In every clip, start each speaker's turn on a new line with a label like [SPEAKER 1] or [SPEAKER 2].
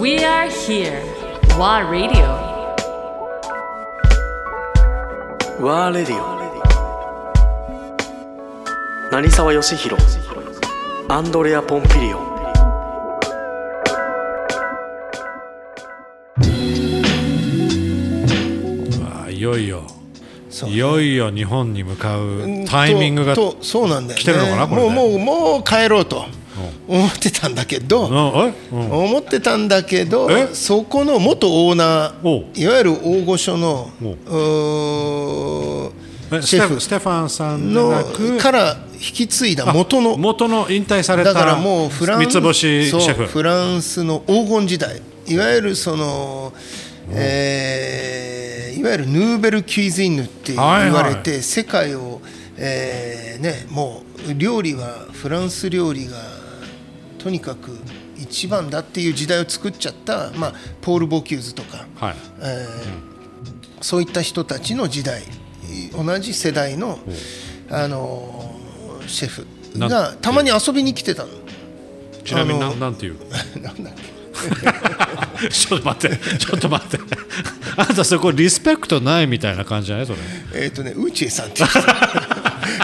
[SPEAKER 1] We are here. WA Radio.
[SPEAKER 2] ワーレディオ成沢義弘アンドレア・ポンピリオ
[SPEAKER 3] あいよいよいよいよ日本に向かうタイミングが
[SPEAKER 4] ととそうなんだよ、ね、
[SPEAKER 3] 来てるのかなこれ
[SPEAKER 4] も
[SPEAKER 3] で
[SPEAKER 4] うもうもう帰ろうと思ってたんだけど、
[SPEAKER 3] うんえうん
[SPEAKER 4] 思ってたんだけど
[SPEAKER 3] え
[SPEAKER 4] そこの元オーナ
[SPEAKER 3] おう
[SPEAKER 4] ーいわゆる大御所の
[SPEAKER 3] おう
[SPEAKER 4] うー
[SPEAKER 3] え
[SPEAKER 4] シ
[SPEAKER 3] ス
[SPEAKER 4] ェ
[SPEAKER 3] テ
[SPEAKER 4] フ
[SPEAKER 3] ステファンさんでなく
[SPEAKER 4] のから引き継いだ
[SPEAKER 3] あ
[SPEAKER 4] 元の
[SPEAKER 3] 元の引退された
[SPEAKER 4] だからもうフラン
[SPEAKER 3] 三つ星シ
[SPEAKER 4] そう
[SPEAKER 3] ェフ
[SPEAKER 4] フランスの黄金時代いわゆるその、えーいわゆるヌーベル・キュイズイヌって言
[SPEAKER 3] はいはい
[SPEAKER 4] われて、世界を、えーね、もう料理はフランス料理がとにかく一番だっていう時代を作っちゃった、まあ、ポール・ボキューズとか、
[SPEAKER 3] はい
[SPEAKER 4] えーそういった人たちの時代同じ世代のあのシェフ
[SPEAKER 3] な
[SPEAKER 4] がたまに遊びに来てたの。
[SPEAKER 3] ちなみにな
[SPEAKER 4] あの
[SPEAKER 3] んなんていう
[SPEAKER 4] なんだっけ
[SPEAKER 3] ちょっと待ってちょっと待って あんたそこリスペクトないみたいな感じじゃないそれ
[SPEAKER 4] えっ、とね、ウチエさんってい う人。い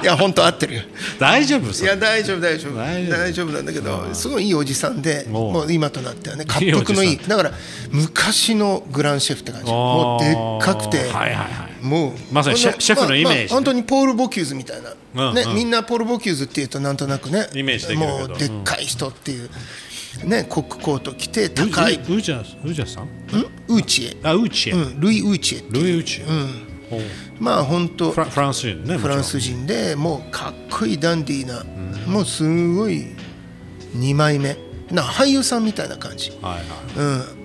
[SPEAKER 4] や、本当合ってるよ。
[SPEAKER 3] 大丈夫そ
[SPEAKER 4] い
[SPEAKER 3] れ
[SPEAKER 4] や、大丈夫、大丈夫、
[SPEAKER 3] 大丈夫
[SPEAKER 4] 大丈夫なんだけど、すごいいいおじさんで、
[SPEAKER 3] おう
[SPEAKER 4] もう今となってはね、獲得のい
[SPEAKER 3] いいお
[SPEAKER 4] い。
[SPEAKER 3] じさ
[SPEAKER 4] だから、昔のグランシェフって感じ。
[SPEAKER 3] あー
[SPEAKER 4] もうでっかくて。
[SPEAKER 3] はいはいはい
[SPEAKER 4] もう
[SPEAKER 3] まさにシェ
[SPEAKER 4] こ
[SPEAKER 3] シェフのイメージね
[SPEAKER 4] 本当にポール・ボキューズみたいな、
[SPEAKER 3] うん
[SPEAKER 4] ね
[SPEAKER 3] うん
[SPEAKER 4] みんなポール・ボキューズっていうとなんとなくね
[SPEAKER 3] イメージできるけど
[SPEAKER 4] もうでっかい人っていう、ねコックコート着て
[SPEAKER 3] う
[SPEAKER 4] 高い
[SPEAKER 3] ウウジャウジャさん
[SPEAKER 4] ウーチエ、
[SPEAKER 3] あウチエ
[SPEAKER 4] うん、ルイ・ウーチエ
[SPEAKER 3] ルイウチエお
[SPEAKER 4] まあ本当
[SPEAKER 3] フラフランス人ね
[SPEAKER 4] フランス
[SPEAKER 3] 人
[SPEAKER 4] 人でもうかっこいいダンディーな、もうすごい2枚目な俳優さんみたいな感じ、
[SPEAKER 3] はいは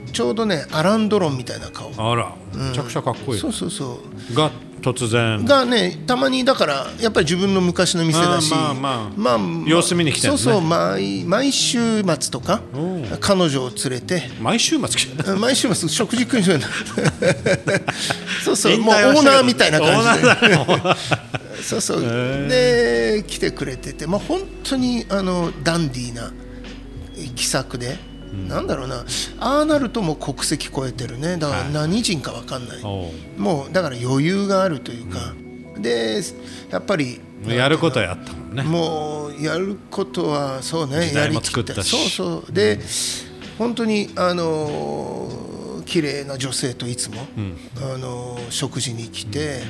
[SPEAKER 3] い
[SPEAKER 4] うん、ちょうどねアラン・ドロンみたいな顔
[SPEAKER 3] あらめちゃくちゃかっこいい
[SPEAKER 4] そうそうそ
[SPEAKER 3] が突然
[SPEAKER 4] うがねたまにだからやっぱり自分の昔の店だし
[SPEAKER 3] あーまあま
[SPEAKER 4] まあ
[SPEAKER 3] 様子見に来てん
[SPEAKER 4] そ
[SPEAKER 3] のね
[SPEAKER 4] うそう毎毎週末とか
[SPEAKER 3] ん
[SPEAKER 4] 彼女を連れて
[SPEAKER 3] 毎週末来て る
[SPEAKER 4] うん毎週末食事食いに行くよう なそうそう
[SPEAKER 3] 引
[SPEAKER 4] もうオ
[SPEAKER 3] 退はした
[SPEAKER 4] ー
[SPEAKER 3] けど
[SPEAKER 4] ナーみたいな感じ
[SPEAKER 3] オ
[SPEAKER 4] で
[SPEAKER 3] ーナーだよ
[SPEAKER 4] そうそうで来てくれてて、まあ、本当にあのダンディーな気さくで、なんだろうなああなるともう国籍超えてるねだから
[SPEAKER 3] はい
[SPEAKER 4] 何人か分かんない、
[SPEAKER 3] おう
[SPEAKER 4] もうだから余裕があるというか、でやっぱり
[SPEAKER 3] やることはやったも んね
[SPEAKER 4] もうやることはそうね
[SPEAKER 3] 時
[SPEAKER 4] や
[SPEAKER 3] 代
[SPEAKER 4] り
[SPEAKER 3] も
[SPEAKER 4] き
[SPEAKER 3] 作ったし
[SPEAKER 4] そうそうで、本当にあのー綺麗な女性といつも、あのー食事に来て、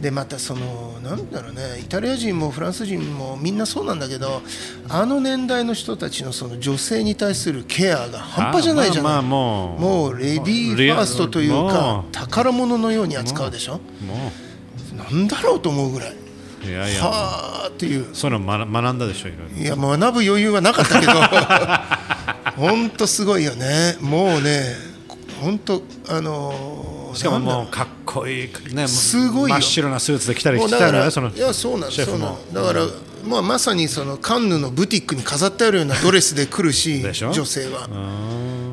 [SPEAKER 4] でまたそのなんだろうねイタリア人もフランス人もみんなそうなんだけどあの年代の人たちのその女性に対するケアが半端じゃないじゃない
[SPEAKER 3] あまあまあもう
[SPEAKER 4] もうレディーファーストという
[SPEAKER 3] も
[SPEAKER 4] か
[SPEAKER 3] う
[SPEAKER 4] 宝物のように扱うでしょ
[SPEAKER 3] も
[SPEAKER 4] なんだろうと思うぐらい。
[SPEAKER 3] ういやいや
[SPEAKER 4] はあっていう
[SPEAKER 3] そういうの学学んだでしょいろいろ
[SPEAKER 4] いや学ぶ余裕はなかったけど 本当すごいよねもうね本当あのー
[SPEAKER 3] しかも
[SPEAKER 4] なんだ
[SPEAKER 3] も
[SPEAKER 4] ろ
[SPEAKER 3] うかっこいいねもう
[SPEAKER 4] すごい
[SPEAKER 3] 真
[SPEAKER 4] よ
[SPEAKER 3] っ白なスーツで着たり
[SPEAKER 4] もう
[SPEAKER 3] 着
[SPEAKER 4] だ
[SPEAKER 3] た
[SPEAKER 4] からら
[SPEAKER 3] ねその
[SPEAKER 4] いやそうなん
[SPEAKER 3] シェ
[SPEAKER 4] そ
[SPEAKER 3] フ
[SPEAKER 4] うな
[SPEAKER 3] も
[SPEAKER 4] んだから、まあ、まさにそのカンヌのブティックに飾ってあるようなドレスで来るし
[SPEAKER 3] でしょ
[SPEAKER 4] 女性は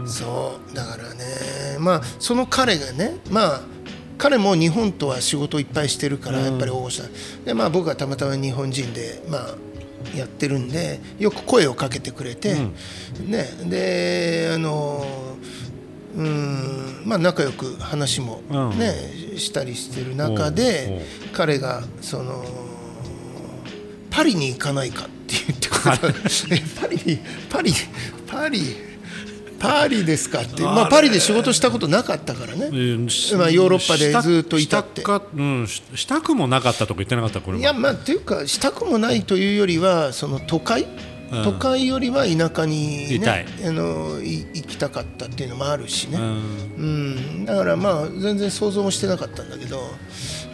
[SPEAKER 4] そうだからねまあその彼がねまあ彼も日本とは仕事をいっぱいしてるからやっぱり大御所だでまあ僕はたまたま日本人でまあやってるんでよく声をかけてくれて、ねであのうんまあ仲良く話も
[SPEAKER 3] うん
[SPEAKER 4] ね、したりしてる中
[SPEAKER 3] おうおう
[SPEAKER 4] で彼がそのパリに行かないかって言ってくれたえ パリパリパリパリですかってまあ、パリで仕事したことなかったからね
[SPEAKER 3] うんし
[SPEAKER 4] まあヨーロッパでずっといたって
[SPEAKER 3] したかうんししたくもなかったとか言ってなかったこれも
[SPEAKER 4] いやまあっていうかしたくもないというよりはその都会
[SPEAKER 3] うん
[SPEAKER 4] 都会よりは田舎に、
[SPEAKER 3] いたい
[SPEAKER 4] ね、あのい行きたかったっていうのもあるしね、
[SPEAKER 3] うん
[SPEAKER 4] うん、だからまあ全然想像もしてなかったんだけど、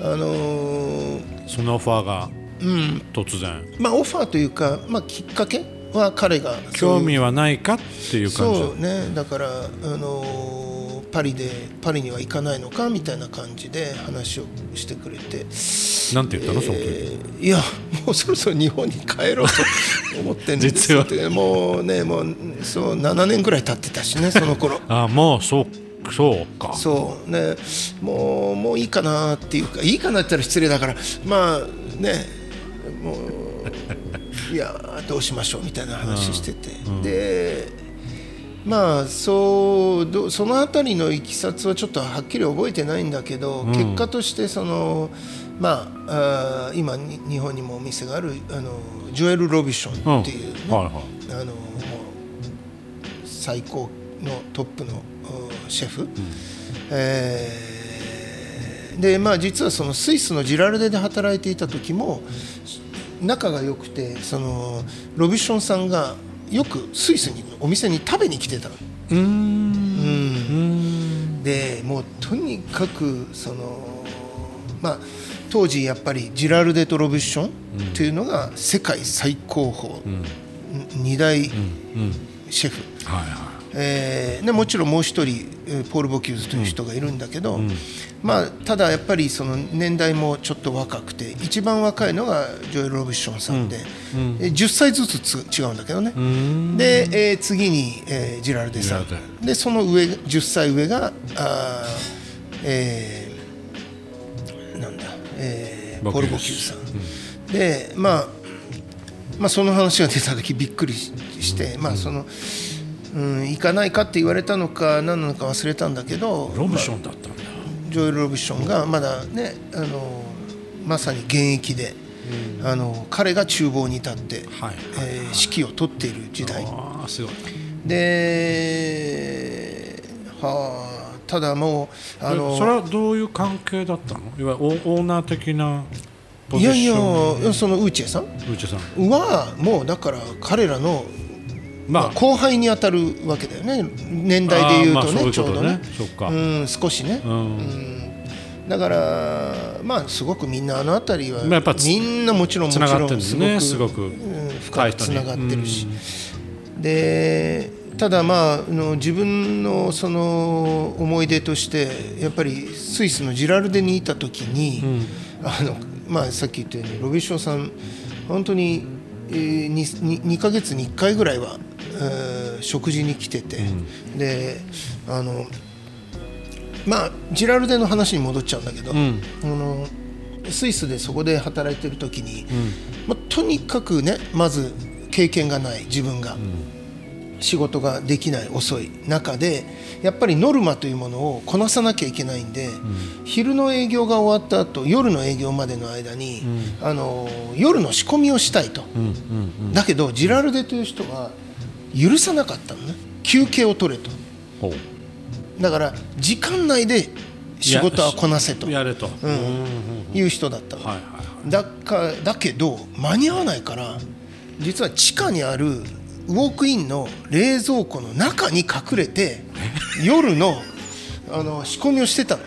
[SPEAKER 4] あのー
[SPEAKER 3] そのオファーが
[SPEAKER 4] うん、
[SPEAKER 3] 突然
[SPEAKER 4] まあ、オファーというか、まあ、きっかけは彼が
[SPEAKER 3] 興味
[SPEAKER 4] を
[SPEAKER 3] はないかっていう感じ
[SPEAKER 4] そうねだから、あのーパリでパリには行かないのかみたいな感じで話をしてくれて、
[SPEAKER 3] なんて言ったのその時
[SPEAKER 4] えーいやもうそろそろ日本に帰ろ うと思ってんです
[SPEAKER 3] 実は
[SPEAKER 4] ってもうねもうそう7年ぐらい経ってたしねその頃
[SPEAKER 3] あもうそうそうか
[SPEAKER 4] そうねもうもういいかなっていうかいいかなって言ったら失礼だからまあねもういやどうしましょうみたいな話してて、でまあそうどその辺りのいきさつはちょっとはっきり覚えてないんだけど、結果としてその、まあ、あー今に日本にもお店があるあのジョエル・ロビションっていうね、
[SPEAKER 3] うんはいは
[SPEAKER 4] あのもう最高のトップのうんシェフ、えーでまあ実はそのスイスのジラルデで働いていた時も仲が良くてそのロビションさんがよくスイスにお店に食べに来てたの。でもうとにかくその、まあ、当時やっぱりジラルデとロブッションっていうのが世界最高峰、二2大シェフ、
[SPEAKER 3] はいは
[SPEAKER 4] えーでもちろんもう1人えーポール・ボキューズという人がいるんだけど、まあ、ただやっぱりその年代もちょっと若くて一番若いのがジョエル・ロブッションさんで、えー10歳ずつつ違うんだけどねで、えー次に、えージラルデさ
[SPEAKER 3] ジラル
[SPEAKER 4] んでその上10歳上があー、えーなんだ、えー
[SPEAKER 3] ボキュ
[SPEAKER 4] ポー
[SPEAKER 3] ーズ
[SPEAKER 4] ル・ボキューズさん。でまあまあ、その話が出た時びっくりしして、まあそのうん、行かないかって言われたのか何なのか忘れたんだけど
[SPEAKER 3] いロブションだったんだ
[SPEAKER 4] ジョエル・ロブションがまだねあのまさに現役で、あの彼が厨房に立って、
[SPEAKER 3] はい
[SPEAKER 4] えー指揮を取っている時代
[SPEAKER 3] ああすごい
[SPEAKER 4] ではあただもうあの
[SPEAKER 3] えそれはどういう関係だったのいわゆるオオーナー的なポ
[SPEAKER 4] い
[SPEAKER 3] ジショ
[SPEAKER 4] や
[SPEAKER 3] ン
[SPEAKER 4] いやそのウーチェさん
[SPEAKER 3] うちさん
[SPEAKER 4] はもうだから彼らのまあ、後輩に当たるわけだよね年代でいうと
[SPEAKER 3] あーまあそう
[SPEAKER 4] ね、
[SPEAKER 3] いう
[SPEAKER 4] ち
[SPEAKER 3] こ
[SPEAKER 4] ょう
[SPEAKER 3] と
[SPEAKER 4] ど
[SPEAKER 3] ね
[SPEAKER 4] ね
[SPEAKER 3] そっか
[SPEAKER 4] うん少しね、
[SPEAKER 3] ん
[SPEAKER 4] うんだからまあすごくみんなあの辺りは、
[SPEAKER 3] まあやっぱつ
[SPEAKER 4] みんなもちろんもち
[SPEAKER 3] つながっ
[SPEAKER 4] ろ
[SPEAKER 3] てるん
[SPEAKER 4] ん
[SPEAKER 3] です
[SPEAKER 4] す
[SPEAKER 3] ね
[SPEAKER 4] ごく,、
[SPEAKER 3] すごく
[SPEAKER 4] うん
[SPEAKER 3] 深い
[SPEAKER 4] 深く
[SPEAKER 3] 人
[SPEAKER 4] つ
[SPEAKER 3] に
[SPEAKER 4] ながってるし、でただまああの自分のその思い出としてやっぱりスイスのジラルデにいた時に、あのまあ、さっき言ったようにロビションさん本当に、えー、にに2ヶ月に1回ぐらいは、えー食事に来てて、であのまあジラルデの話に戻っちゃうんだけど、あのスイスでそこで働いてる時に、まあ、とにかくねまず経験がない自分が、仕事ができない遅い中でやっぱりノルマというものをこなさなきゃいけないんで、昼の営業が終わった後夜の営業までの間に、あの夜の仕込みをしたいと、だけどジラルデという人が許さなかったのね休憩を取れと。
[SPEAKER 3] ほう
[SPEAKER 4] だから時間内で仕事はこなせと
[SPEAKER 3] ややれと、
[SPEAKER 4] う
[SPEAKER 3] はい
[SPEAKER 4] んいう人だったの、
[SPEAKER 3] はいは
[SPEAKER 4] だかだけど間に合わないから実は地下にあるウォークインの冷蔵庫の中に隠れて夜のあの仕込みをしてたの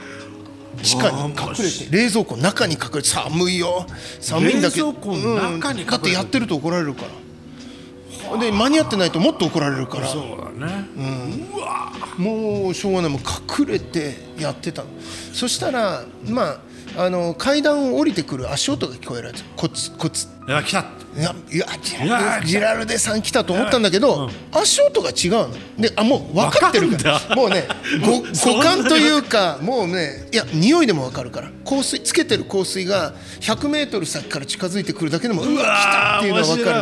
[SPEAKER 4] 地下に隠れて冷蔵庫の中に隠れて寒いよ寒いんだけど
[SPEAKER 3] 冷蔵庫の中に隠れて
[SPEAKER 4] うんだってやってると怒られるからで間に合ってないともっと怒られるから
[SPEAKER 3] いそうだね、
[SPEAKER 4] もうしょうがないもう隠れてやってたのそしたらまああの階段を降りてくる足音が聞こえられてコツコツ
[SPEAKER 3] いや来た
[SPEAKER 4] いやいやジ
[SPEAKER 3] いや
[SPEAKER 4] ラルジラルデさん来たと思ったんだけど、足音が違うのであもう分かってるか
[SPEAKER 3] わかるんだ
[SPEAKER 4] らもうねご
[SPEAKER 3] そん
[SPEAKER 4] 五
[SPEAKER 3] なに
[SPEAKER 4] 感というかもうねいや匂いでも分かるから香水つけてる香水が100メートル先から近づいてくるだけでもうわ来たっていうのは分か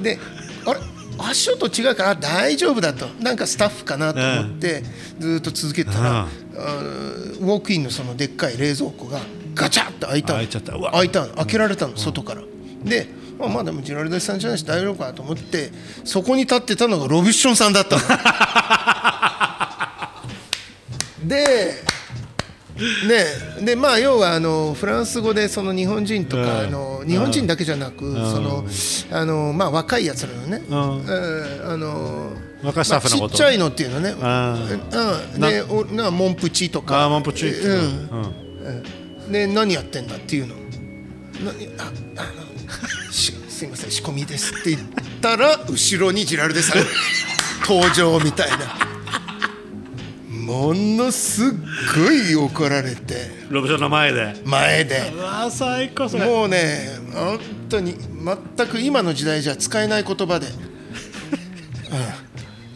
[SPEAKER 4] る、であれ足音違うからあ大丈夫だとなんかスタッフかなと思って、ずっと続けてたら、
[SPEAKER 3] うん
[SPEAKER 4] あのウォークインのそのでっかい冷蔵庫がガチャッと開いたの
[SPEAKER 3] 開いちゃったうわ
[SPEAKER 4] 開いたの開けられたの、外からでまあまあでもジラルデさんじゃないし大丈夫かなと思ってそこに立ってたのがロビッションさんだった のでねでまあ要はあのフランス語でその日本人とか、
[SPEAKER 3] うん
[SPEAKER 4] あの日本人だけじゃなく、そのあのまあ若いやつらのね、
[SPEAKER 3] ん
[SPEAKER 4] うんあの
[SPEAKER 3] 若いスタッフのこと
[SPEAKER 4] まあちっちゃいのっていうのね、
[SPEAKER 3] あ
[SPEAKER 4] うん、でおなモンプチとか
[SPEAKER 3] あーマンプチーって、
[SPEAKER 4] うん
[SPEAKER 3] うん
[SPEAKER 4] で何やってんだっていうの何ああのしすいません仕込みですって言ったら後ろにジラルデさん登場みたいなものすっごい怒られて
[SPEAKER 3] ロブションの前で
[SPEAKER 4] 前で
[SPEAKER 3] うわ最高それ
[SPEAKER 4] もうね本当に全く今の時代じゃ使えない 言葉で、うん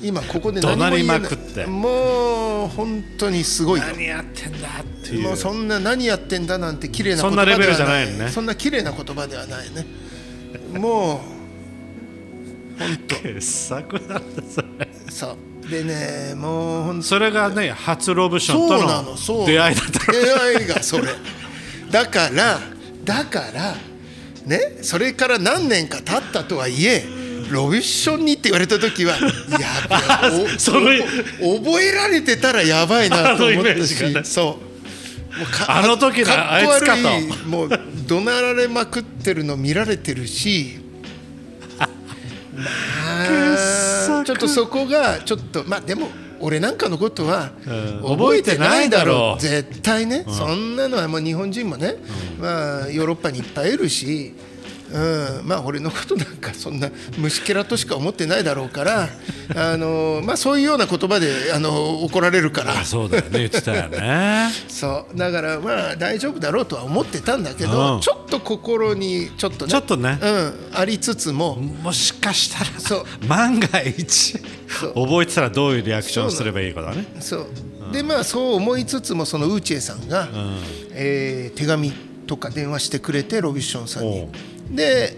[SPEAKER 4] 今ここで何も言え
[SPEAKER 3] 怒
[SPEAKER 4] な
[SPEAKER 3] 鳴
[SPEAKER 4] い
[SPEAKER 3] りまくって
[SPEAKER 4] もう本当にすごいよ
[SPEAKER 3] 何やってんだっていう
[SPEAKER 4] もうそんな何やってんだなんて綺麗な
[SPEAKER 3] そん
[SPEAKER 4] 言
[SPEAKER 3] な
[SPEAKER 4] 葉では
[SPEAKER 3] レ
[SPEAKER 4] ない
[SPEAKER 3] ベルじゃないのね
[SPEAKER 4] そんな綺麗な言葉ではないねも
[SPEAKER 3] 傑作だったそれ
[SPEAKER 4] うさでねもう本当
[SPEAKER 3] それがね初ロブションと
[SPEAKER 4] そうなのそう
[SPEAKER 3] の出会いだったの
[SPEAKER 4] 出会いがそれだからだからねそれから何年か経ったとはいえロビッションにって言われた時はやべ えお
[SPEAKER 3] その
[SPEAKER 4] お覚えられてたらやばいなと思っ
[SPEAKER 3] あのイメー
[SPEAKER 4] た
[SPEAKER 3] ジが
[SPEAKER 4] し
[SPEAKER 3] ね
[SPEAKER 4] そうもうか
[SPEAKER 3] あの時の
[SPEAKER 4] かっこ
[SPEAKER 3] あいつかと
[SPEAKER 4] 悪いもう怒鳴られまくってるの見られてるし あーちょっとそこがちょっとまあでも俺なんかのことは
[SPEAKER 3] うん覚えてないだろう
[SPEAKER 4] 絶対ね、そんなのはもう日本人もね、まあヨーロッパにいっぱいいるし、うん、まあ俺のことなんかそんな虫けらとしか思ってないだろうから あのまあそういうような言葉であの怒られるから
[SPEAKER 3] あそうだよね言ってたよね
[SPEAKER 4] そうだからまあ大丈夫だろうとは思ってたんだけ
[SPEAKER 3] う
[SPEAKER 4] ど
[SPEAKER 3] ん
[SPEAKER 4] ちょっと心にちょっとね
[SPEAKER 3] ちょっとね
[SPEAKER 4] うん、ありつつも、
[SPEAKER 3] もしかしたら
[SPEAKER 4] そう
[SPEAKER 3] 万が一
[SPEAKER 4] そう
[SPEAKER 3] 覚えてたらどういうリアクションすればいいかだね
[SPEAKER 4] そう、でまあそう思いつつもそのウーチェさんが、えー手紙とか電話してくれてロビッションさん
[SPEAKER 3] お
[SPEAKER 4] に。で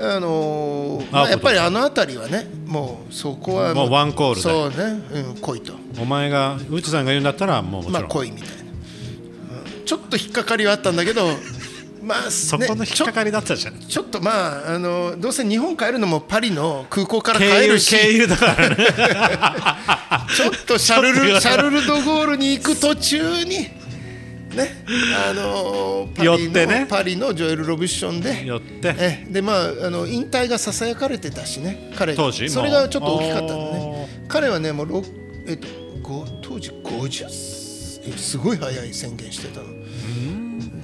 [SPEAKER 4] あのーまあ、やっぱりあの辺りはねもうそこは
[SPEAKER 3] もうワンコールで
[SPEAKER 4] そうね、うん、恋と
[SPEAKER 3] お前が内さんが言うんだったらもうもち
[SPEAKER 4] まあ
[SPEAKER 3] ろん、
[SPEAKER 4] 恋みたいな、うんちょっと引っかかりはあったん だけどまあ
[SPEAKER 3] そこの引っかかりだったじゃん、
[SPEAKER 4] ねちょちょっとまああのどうせ日本帰るのもパリの空港から
[SPEAKER 3] 経
[SPEAKER 4] 帰
[SPEAKER 3] 由
[SPEAKER 4] るし
[SPEAKER 3] 経由だからね
[SPEAKER 4] ちょっとシャル
[SPEAKER 3] ちょっと言わな
[SPEAKER 4] ル
[SPEAKER 3] い
[SPEAKER 4] シャルルドゴールに行く途中にねあのーパリ
[SPEAKER 3] 寄
[SPEAKER 4] の
[SPEAKER 3] ってね
[SPEAKER 4] パリのジョエル・ロブッションで
[SPEAKER 3] 寄って
[SPEAKER 4] えでまああの引退がささやかれてたしね彼が
[SPEAKER 3] 当時
[SPEAKER 4] それ
[SPEAKER 3] もう
[SPEAKER 4] がちょっと大きかったのね彼はねもうろくえっとご当時50えすごい早い宣言してたの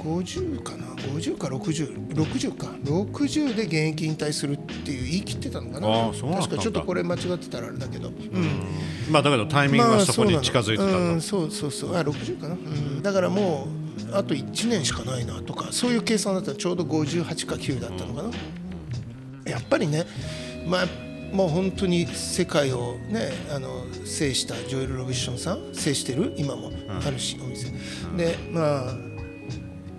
[SPEAKER 4] 50かな50か6060か60で現役引退するっていう言い切ってたのかな
[SPEAKER 3] あーそうだったんだ
[SPEAKER 4] 確かちょっとこれ間違ってたらあれだけどうん
[SPEAKER 3] まあだけどタイミングはそこに近づいてたんだ、
[SPEAKER 4] まあそうなのうん、そうそうそうあ60かな、うん、だからもうあと1年しかないなとかそういう計算だったらちょうど58か9だったのかな、やっぱりねまあもう本当に世界をねあの制したジョエル・ロビッションさん制してる今もあるし、お店でまあ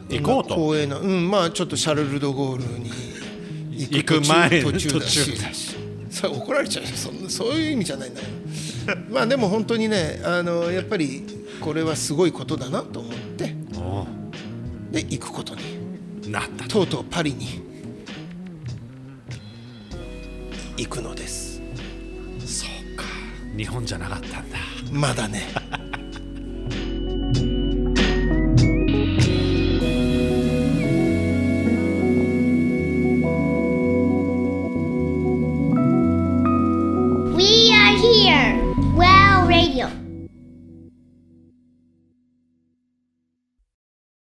[SPEAKER 3] 行こうと
[SPEAKER 4] まあ公営のうんまあちょっとシャルル・ド・ゴールに行く途
[SPEAKER 3] 行く前
[SPEAKER 4] 中途中だ
[SPEAKER 3] 途中
[SPEAKER 4] し
[SPEAKER 3] だし
[SPEAKER 4] それ怒られちゃうよそんなそういう意味じゃないんだよまあでも本当にねあのやっぱりこれはすごいことだなと思って
[SPEAKER 3] お
[SPEAKER 4] で行くことに
[SPEAKER 3] うなった
[SPEAKER 4] とうとうパリに行くのです
[SPEAKER 3] そうか日本じゃなかったんだ
[SPEAKER 4] まだね